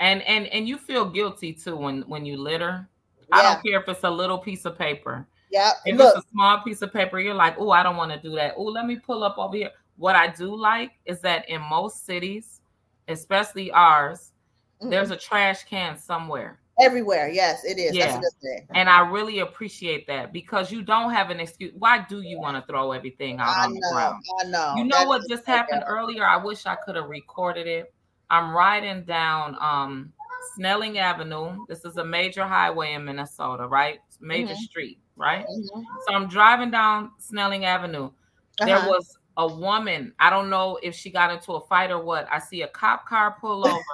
A: And and and you feel guilty too when when you litter. I
B: yeah,
A: don't care if it's a little piece of paper.
B: yeah.
A: If
B: Look,
A: it's a small piece of paper, you're like, oh, I don't want to do that. Oh, let me pull up over here. What I do like is that in most cities, especially ours, there's a trash can somewhere.
B: mm, everywhere. Yes, it is. That's a
A: Yeah.
B: good thing.
A: And I really appreciate that because you don't have an excuse. Why do you want to throw everything out
B: I
A: on the
B: know,
A: ground?
B: I know.
A: You know
B: That
A: what
B: is-
A: just happened earlier? I wish I could have recorded it. I'm riding down um, Snelling Avenue. This is a major highway in Minnesota, right? It's a Major
B: Mhm.
A: street, right?
B: Mhm.
A: So I'm driving down Snelling Avenue. There
B: Uh-huh.
A: was a woman. I don't know if she got into a fight or what. I see a cop car pull over.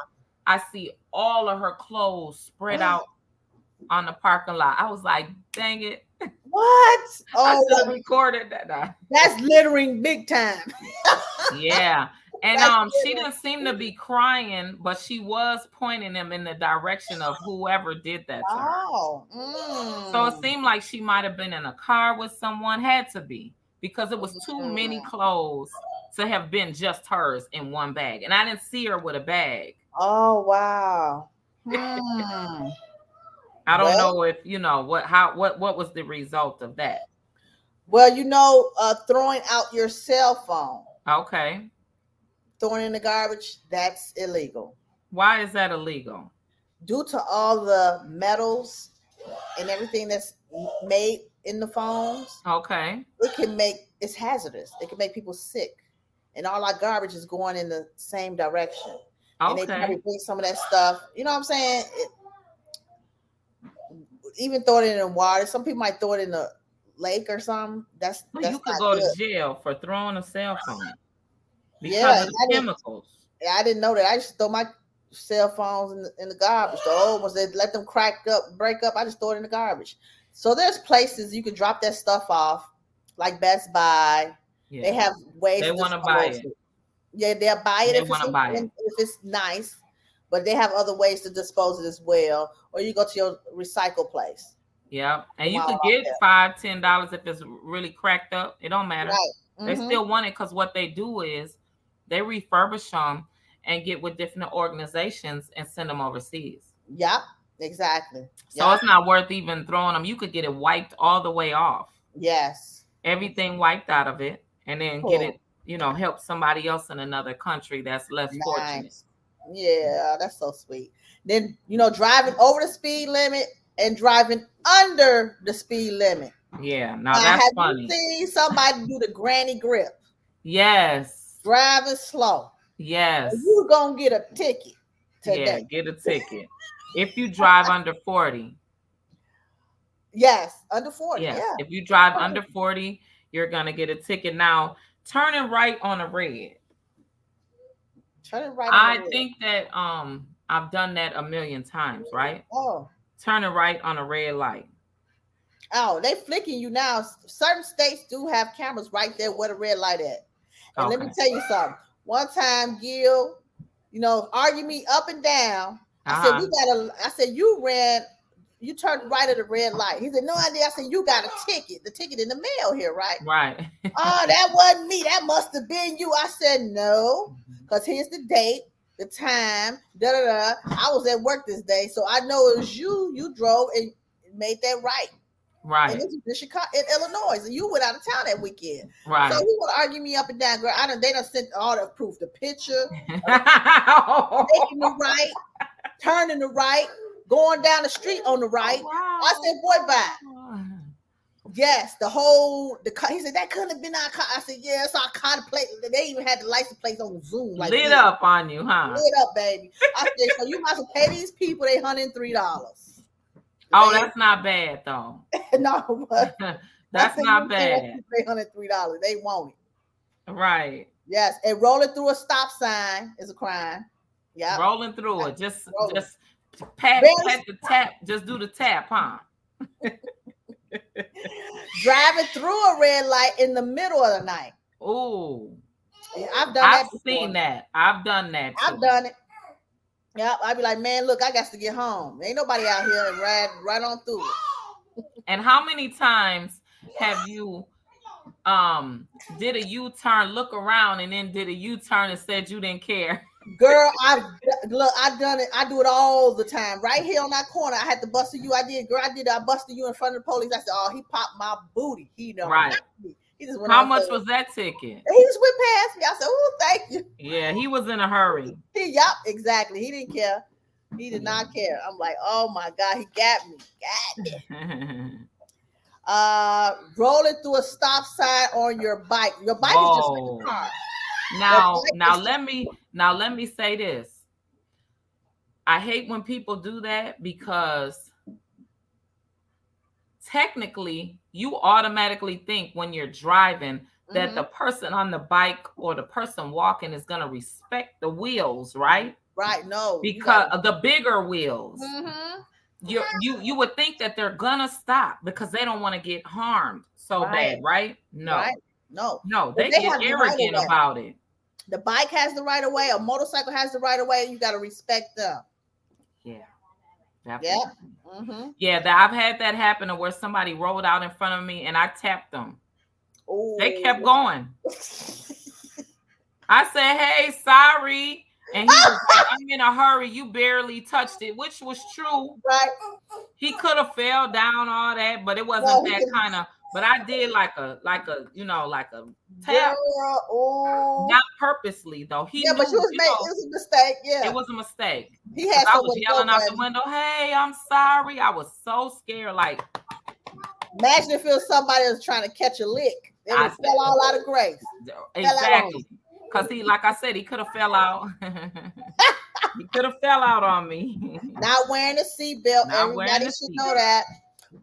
A: I see all of her clothes spread
B: Uh-huh.
A: out on the parking lot. I was like, dang it.
B: What?
A: I
B: Oh,
A: should have recorded that. Nah.
B: that's littering big time.
A: Yeah. And
B: That's
A: um, she
B: it.
A: didn't seem to be crying, but she was pointing them in the direction of whoever did that to her.
B: Wow.
A: So it
B: Oh, Mm.
A: seemed like she might have been in a car with someone, had to be, because it was too many
B: Mm.
A: clothes to have been just hers in one bag. And I didn't see her with a bag.
B: Oh wow. Hmm.
A: I don't
B: Well-
A: know if you know what how what what was the result of that.
B: Well, you know, uh, throwing out your cell phone,
A: Okay.
B: throwing it in the garbage, that's illegal
A: Why is that illegal?
B: due to all the metals and everything that's made in the phones,
A: Okay.
B: it can make it's hazardous. It can make people sick, and all our garbage is going in the same direction. And they
A: Okay.
B: probably bring some of that stuff. You know what I'm saying? It- even throw it in the water. Some people might throw it in the lake or something. That's
A: Well,
B: that's
A: you could
B: not
A: go
B: good.
A: to jail for throwing a cell phone because
B: Yeah,
A: of
B: and
A: the
B: I didn't-
A: chemicals.
B: And I didn't know that. I just throw my cell phones in the, in the garbage. The old ones, they let them crack up, break up. I just throw it in the garbage. So there's places you can drop that stuff off, like Best Buy.
A: Yeah.
B: They have ways
A: They
B: to
A: wanna
B: dispose
A: buy it.
B: Yeah, they'll buy it,
A: They
B: if,
A: wanna
B: it's,
A: buy it.
B: if it's nice, but they have other ways to dispose it as well. Or you go to your recycle place.
A: yeah. And you
B: Wow,
A: could
B: I
A: get
B: bet.
A: five, ten dollars if it's really cracked up. It don't matter.
B: Right.
A: They
B: Mhm.
A: still want it because what they do is they refurbish them and get with different organizations and send them overseas.
B: Yep, exactly.
A: So
B: Yeah.
A: it's not worth even throwing them. You could get it wiped all the way off,
B: Yes.
A: everything wiped out of it, and then
B: Cool.
A: get it, you know, help somebody else in another country that's less fortunate.
B: Nice. Yeah, that's so sweet. Then you know, driving over the speed limit and driving under the speed limit.
A: Yeah,
B: Now,
A: now that's
B: have
A: funny.
B: you seen somebody do the granny grip,
A: Yes,
B: driving slow?
A: yes,
B: You gonna get a ticket
A: yeah,
B: today?
A: get a ticket if you drive under 40.
B: Yes, under forty.
A: Yes,
B: Yeah.
A: if you drive under 40, you're gonna get a ticket. Now, turning right on a red.
B: Turning right. on
A: I
B: the red.
A: think that um I've done that a million times, right?
B: Oh,
A: Turning right on a red light.
B: oh, they flicking you now. Certain states do have cameras right there where the red light at. And let
A: Okay.
B: me tell you something. One time, Gil, you know, argue me up and down. I said,
A: Uh-huh.
B: "We got a." I said, "You ran, you turned right at a red light." He said, "No idea." I said, "You got a ticket. The ticket in the mail here, right?"
A: Right.
B: oh, that wasn't me. That must have been you. I said, "No,
A: Mm-hmm.
B: because here's the date, the time. Da da da. I was at work this day, so I know it was you. You drove and made that right. And
A: Right.
B: this was in Chicago, in Illinois, and you went out of town that weekend." So
A: Right.
B: he would argue me up and down, girl. I don't. They done sent all the proof, the picture,
A: Oh,
B: taking the right, turning the right, going down the street on the right. I said, "Boy, bye."
A: wow.
B: Yes, the whole the car. He said that couldn't have been our car. I said, "Yeah, it's our car plate. They even had the license plates on Zoom, like
A: Lit
B: this.
A: up on you, huh?
B: lit up, baby." I said, "So you must pay these people they hundred three dollars."
A: Oh, that's not bad though.
B: no, but
A: That's not bad.
B: Three hundred three dollars. They want it.
A: Right.
B: Yes, and rolling through a stop sign is a crime. Yeah.
A: Rolling through it. Just
B: Rolling.
A: just pat,
B: Barely
A: pat the tap. Just do the tap, huh?
B: driving through a red light in the middle of the night.
A: Ooh.
B: Yeah, I've done
A: I've
B: that. before.
A: seen that. I've done that.
B: I've
A: too.
B: done it. Yeah, I'd be like, man, look, I got to get home. Ain't nobody out here and ride right on through. it."
A: And how many times have you um did a U-turn, look around, and then did a U-turn and said you didn't care?
B: Girl, I've d- look, I've done it. I do it all the time. Right here on that corner, I had to bust you. I did, girl. I did. I busted you in front of the police. I said, oh, he popped my booty. He done
A: Right.
B: knocked me. He just went
A: How
B: on
A: much
B: further.
A: was that ticket?
B: he just went past me. I said, oh, thank you.
A: Yeah, he was in a hurry.
B: He, yup, exactly. He didn't care. He did not care. I'm like, oh my god, he got me. Got uh rolling through a stop sign on your bike. Your bike is just like
A: Whoa.
B: a car.
A: now,
B: Well,
A: now
B: I-
A: let me now let me say this. I hate when people do that because technically you automatically think when you're driving that
B: Mhm.
A: the person on the bike or the person walking is going to respect the wheels, right?
B: right, no. you
A: Because
B: gotta-
A: of the bigger wheels.
B: Mhm.
A: You you you would think that they're going to stop because they don't want to get harmed so
B: Right.
A: bad, right? No.
B: Right. No.
A: No,
B: But
A: they,
B: they have
A: get
B: the right of
A: arrogant
B: way.
A: about it.
B: The bike has the right of way, a motorcycle has the right of way, you gotta respect them.
A: Yeah. Definitely.
B: Mm-hmm.
A: Yeah, that I've had that happen to where somebody rolled out in front of me and I tapped them.
B: Oh,
A: They kept going. I said, "Hey, sorry," and he was like, "I'm in a hurry. You barely touched it," which was true.
B: Right.
A: He could have fell down, all that, but
B: No,
A: it wasn't
B: he
A: that
B: didn't.
A: kind of But I did like a like a you know like a tap,
B: Girl, ooh.
A: not purposely though. He
B: yeah, but
A: knew,
B: you was
A: you
B: making
A: know,
B: it was a mistake. Yeah,
A: it was a mistake.
B: he had
A: I
B: so
A: was
B: much
A: yelling out the
B: fun.
A: window, "Hey, I'm sorry." I was so scared. Like
B: Imagine if it was somebody that's trying to catch a lick. It
A: I
B: would fell all out of grace.
A: exactly, because he, like I said, he could have fell out. he could have fell out on me.
B: Not wearing a seatbelt.
A: Not wearing
B: Everybody
A: a
B: should
A: seatbelt.
B: know that.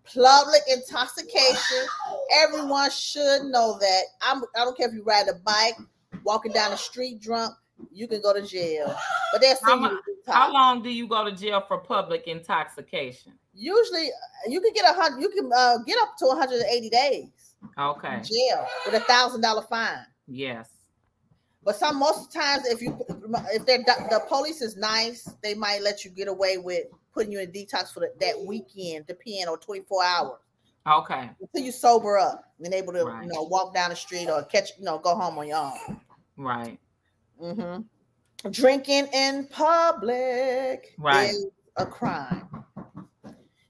B: Public intoxication. Everyone should know that. I'm. I don't care if you ride a bike, walking down the street drunk. You can go to jail. But that's
A: How
B: you.
A: mu- How long do you go to jail for public intoxication?
B: Usually, uh, you can get a hundred. You can uh, get up to 180 days
A: Okay.
B: in jail with a thousand dollar fine.
A: Yes.
B: But some most times, if you if they're the police is nice, they might let you get away with putting you in detox for the, that weekend, depend on 24 hours
A: Okay.
B: until you sober up and able to
A: Right.
B: you know walk down the street or catch you know go home on your own.
A: Right.
B: Mm-hmm. Drinking in public
A: Right.
B: is a crime.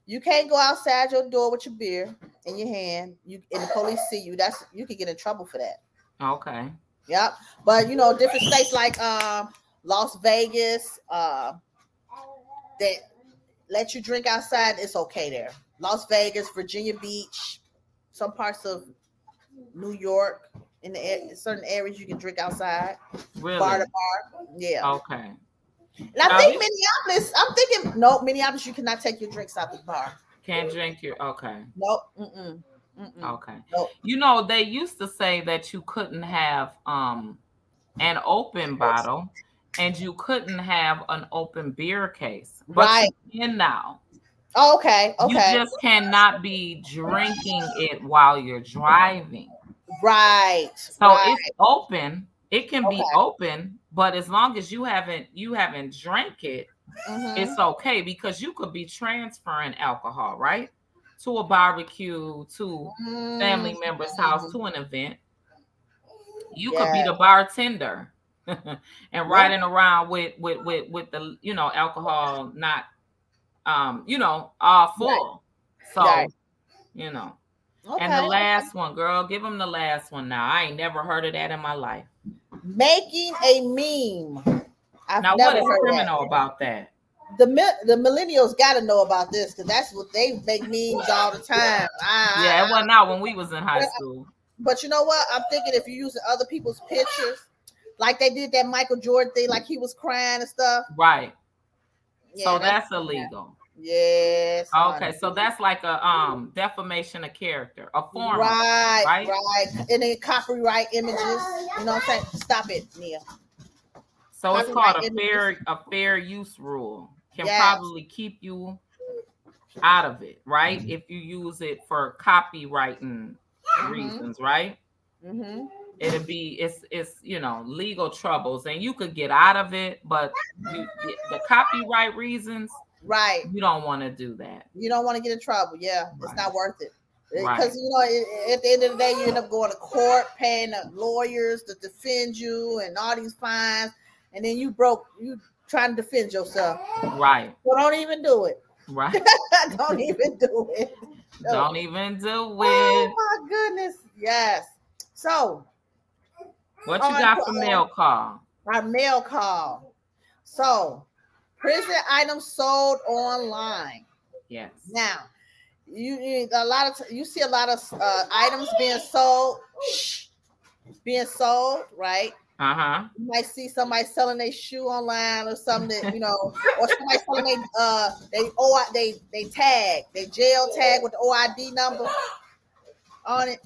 B: You can't go outside your door with your beer in your hand. You and the police see you. That's you could get in trouble for that.
A: Okay.
B: Yep. But you know, different states like um Las Vegas, uh that let you drink outside, it's okay there. Las Vegas, Virginia Beach, some parts of New York, in the a- certain areas you can drink outside,
A: Really.
B: bar to bar. Yeah.
A: Okay.
B: and I
A: now
B: think Minneapolis, I'm thinking no, Minneapolis, you cannot take your drinks out the bar.
A: Can't drink your okay.
B: Nope. Mm-mm. Mm-mm.
A: Okay.
B: Mm-hmm. Nope.
A: You know, they used to say that you couldn't have um an open bottle and you couldn't have an open beer case. But
B: Right.
A: you can now.
B: Oh, okay. Okay.
A: You just cannot be drinking it while you're driving.
B: right.
A: So
B: right.
A: it's open. It can be
B: Okay.
A: open, but as long as you haven't you haven't drank it,
B: Mhm.
A: it's okay because you could be transferring alcohol, right? To a barbecue, to
B: Mm-hmm.
A: family member's house to an event. You could be the bartender and riding around with with with with the you know alcohol not um you know all full. So
B: Right.
A: you know.
B: Mm,
A: And the
B: okay.
A: last one, girl, give them the last one now. I ain't never heard of that in my life.
B: making a meme. I've
A: now what
B: never
A: is
B: heard
A: criminal about that?
B: that. The mi- the millennials got to know about this because that's what they make memes all the time. I,
A: Yeah, it
B: I-
A: wasn't out when we was in high
B: Yeah.
A: school.
B: but you know what? I'm thinking if you're using other people's pictures, like they did that Michael Jordan thing, like he was crying and stuff.
A: Right.
B: Yeah,
A: so that's illegal.
B: yes.
A: Okay.
B: honey.
A: So that's like a um defamation of character, a form of
B: Right,
A: right?
B: right, and then copyright images. You know what I'm saying? Stop it, Nia.
A: So it's
B: Copyright
A: called a
B: images.
A: fair a fair use rule. Can
B: Yes.
A: probably keep you out of it, right? If you use it for copywriting
B: Mhm.
A: reasons, right?
B: Mm-hmm.
A: It'll be it's it's you know legal troubles, and you could get out of it, but you, the copyright reasons
B: Right.
A: you don't want to do that.
B: You don't want to get in trouble. Yeah,
A: Right.
B: it's not worth it. Because
A: Right.
B: you know, i- i- at the end of the day, you end up going to court, paying the lawyers to defend you, and all these fines, and then you broke. You trying to defend yourself.
A: Right,
B: So don't even do it.
A: right.
B: don't even do it.
A: don't even do it.
B: Oh my goodness. Yes. So
A: What
B: Oh,
A: you got for mail call?
B: our mail call. So prison items sold online.
A: Yes.
B: Now, you, you a lot of t- you see a lot of uh, items being sold, shh, being sold, right?
A: Uh huh.
B: You might see somebody selling their shoe online or something, that, you know, or somebody selling they uh they oh they they tag, they jail tag with the OID number on it.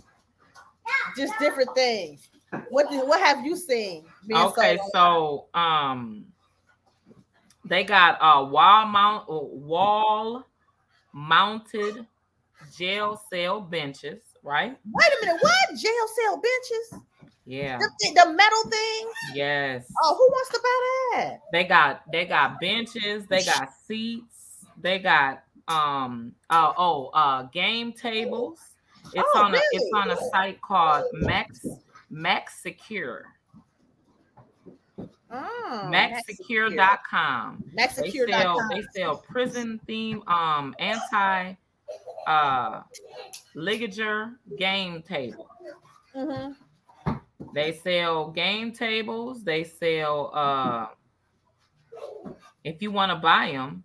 B: Just different things. What did, what have you seen? being sold
A: Okay,
B: online?
A: so um, they got uh wall mount wall mounted jail cell benches, right?
B: Wait a minute, what jail cell benches?
A: Yeah.
B: The, thi- the metal thing?
A: Yes.
B: Oh, who wants to buy that?
A: They got they got benches. They got seats. They got um uh, oh uh game tables. It's
B: Oh,
A: on a it's
B: really?
A: on a site called Max Max Secure.
B: Oh, Maxsecure.
A: MaxSecure.com. They sell
B: Maxsecure.com.
A: they sell prison theme um anti uh, ligature game table.
B: Mm-hmm.
A: They sell game tables. They sell. Uh, if you want to buy them,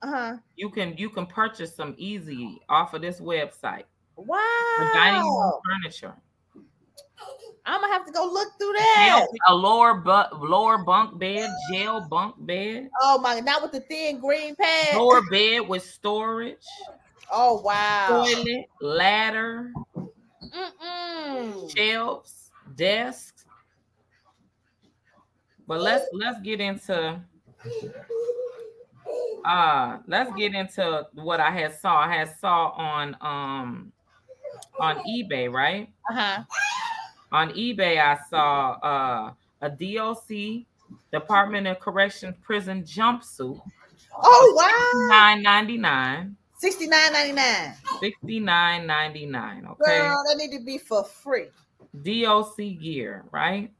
B: Uh huh.
A: you can you can purchase some easy off of this website for dining room
B: Wow.
A: furniture.
B: I'm gonna have to go look through
A: Jail-
B: that.
A: A lower bu- lower bunk bed, jail bunk bed,
B: Oh my! Not with the thin green pad.
A: lower bed with storage,
B: Oh wow.
A: toilet, ladder,
B: Mm-mm.
A: shelves, desks. But let's let's get into uh let's get into what I had saw. I had saw on um on eBay, right?
B: Uh huh.
A: On eBay, I saw uh a DOC Department of Corrections prison jumpsuit,
B: Oh wow.
A: nine ninety nine,
B: Sixty nine ninety nine.
A: sixty nine ninety nine. Okay,
B: Girl, that need to be for free.
A: DOC gear, right?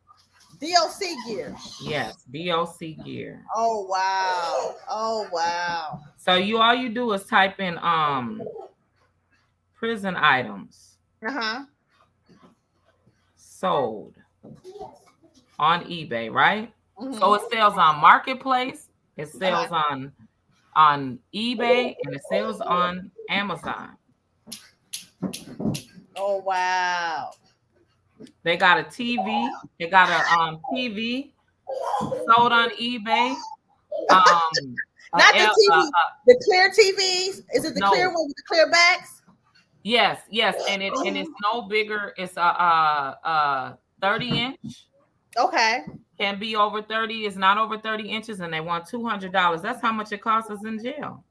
B: DOC gear.
A: Yes, DOC gear.
B: Oh wow. Oh wow.
A: So you all you do is type in um prison items
B: Uh huh.
A: sold on eBay, right?
B: Mm-hmm.
A: So it sells on marketplace, it sells on on eBay, and it sells on Amazon.
B: oh wow.
A: They got a TV. They got a um TV sold on eBay. Um, a
B: Not the
A: L-
B: TV.
A: uh, uh,
B: The clear TVs. Is it the
A: No.
B: clear one with the clear backs?
A: yes, yes, and it and it's no bigger. It's a uh uh thirty inch.
B: Okay.
A: Can be over thirty. It's not over thirty inches, and they want two hundred dollars. That's how much it costs us in jail.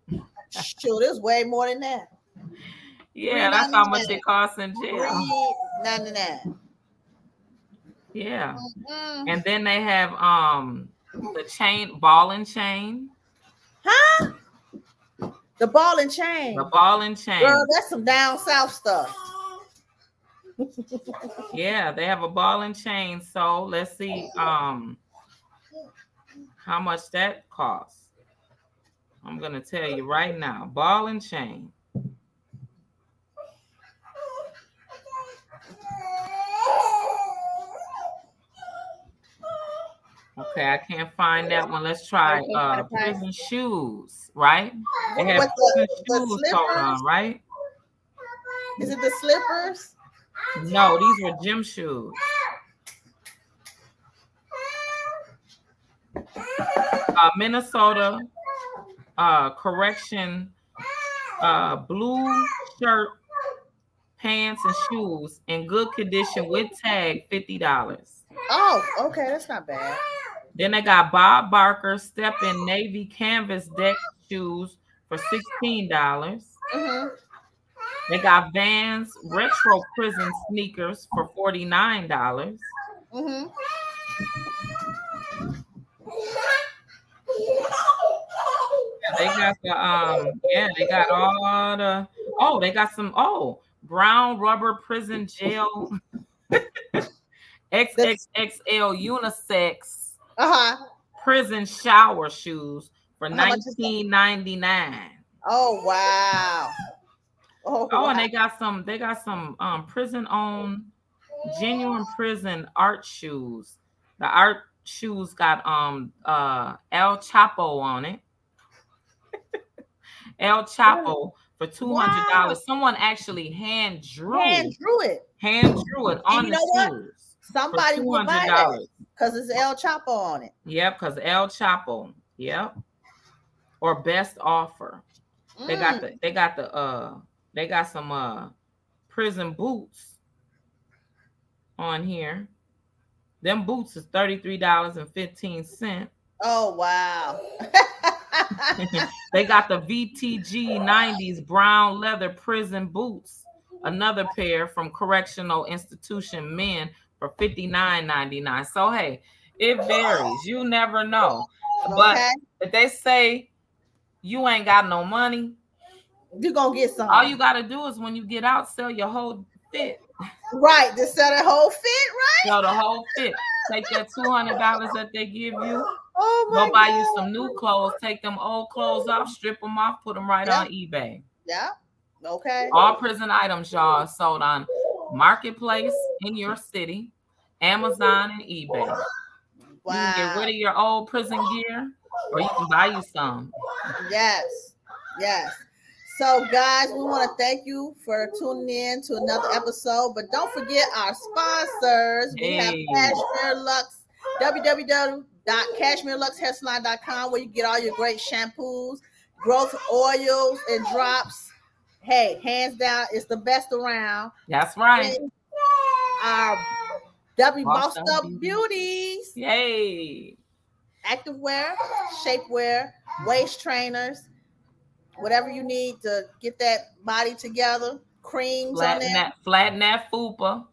B: Shoot, it's way more than that.
A: Yeah, that's how much it costs in jail.
B: Three ninety nine.
A: Yeah, and then they have um the chain ball and chain,
B: Huh? The ball and chain.
A: the ball and chain.
B: Girl, that's some down south stuff.
A: Yeah, they have a ball and chain. So let's see um how much that costs. I'm gonna tell you right now. Ball and chain. Okay, I can't find that one. Let's try uh prison shoes, right? They have
B: With the-
A: prison shoes
B: the
A: sold
B: slippers?
A: on, right?
B: Is it the slippers?
A: No, these were gym shoes. Uh, Minnesota uh, correction uh, blue shirt, pants, and shoes in good condition with tag fifty dollars.
B: Oh, okay, that's not bad.
A: Then they got Bob Barker step in navy canvas deck shoes for sixteen dollars.
B: Mhm.
A: They got Vans retro prison sneakers for forty nine dollars.
B: Mhm.
A: They got the um yeah, they got all the oh they got some oh brown rubber prison gel XXXL unisex
B: Uh huh.
A: prison shower shoes for
B: How much is that?
A: nineteen ninety nine.
B: Oh wow. Oh,
A: Oh,
B: wow.
A: and they got some they got some um prison owned genuine prison art shoes. The art shoes got um uh El Chapo on it. El Chapo for two hundred dollars. Someone actually hand drew
B: hand drew it.
A: hand drew it on
B: you
A: the
B: know what?
A: shoes for
B: Somebody
A: two
B: would buy
A: hundred
B: that
A: dollars.
B: because it's El Chapo on it.
A: Yep, because El Chapo. Yep. Or best offer. They got
B: Mm.
A: the they got the uh they got some uh prison boots on here. Them boots is thirty three dollars and fifteen cent.
B: Oh wow.
A: They got the VTG nineties brown leather prison boots, another pair from correctional institution men for fifty nine ninety nine. So hey, it varies. You never know. But
B: okay.
A: if they say you ain't got no money,
B: you gonna get some.
A: all you gotta do is when you get out, sell your whole fit.
B: right? Just sell that whole fit, right?
A: Sell the whole fit. Take that two hundred dollars that they give you.
B: Oh my
A: Go buy you
B: God.
A: some new clothes. Take them old clothes off, strip them off, put them right on eBay.
B: Yeah. Okay.
A: All prison items, y'all, are sold on Marketplace in your city, Amazon, and eBay. You can get rid
B: Wow.
A: of your old prison gear, or you can buy you some.
B: Yes. Yes. So, guys, we want to thank you for tuning in to another episode. But don't forget our sponsors. We have
A: Hey.
B: Cashmere Lux, www.cashmereluxhairsalon.com, where you get all your great shampoos, growth oils, and drops. Hey, hands down, it's the best around.
A: That's right.
B: Our W
A: Bossed
B: Bossed
A: Up
B: Up
A: Beauty.
B: Beauties.
A: Yay.
B: activewear, shapewear, waist trainers, whatever you need to get that body together, creams on
A: Flatten
B: it.
A: that, flatten that fupa.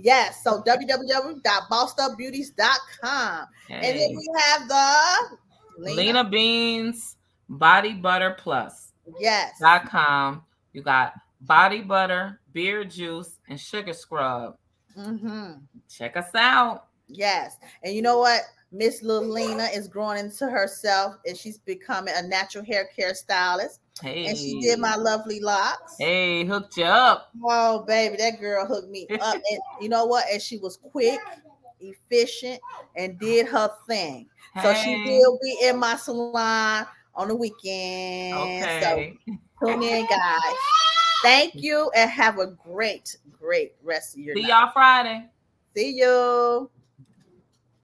B: Yes, so www.bossedupbeauties.com. And then
A: Hey.
B: we have the
A: Lena Beans Body Butter Plus.
B: Yes.
A: dot com. You got body butter, beard juice, and sugar scrub.
B: hmm
A: Check us out.
B: Yes. And you know what? Miss Lil Lena is growing into herself and she's becoming a natural hair care stylist.
A: Hey,
B: And she did my lovely locks.
A: hey, hooked you up.
B: Oh, baby, that girl hooked me up. And you know what? And she was quick, efficient, and did her thing. So she
A: Hey.
B: will be in my salon on the weekend.
A: Okay.
B: So tune in, guys. Thank you and have a great, great rest of your
A: See
B: night.
A: y'all Friday.
B: See you.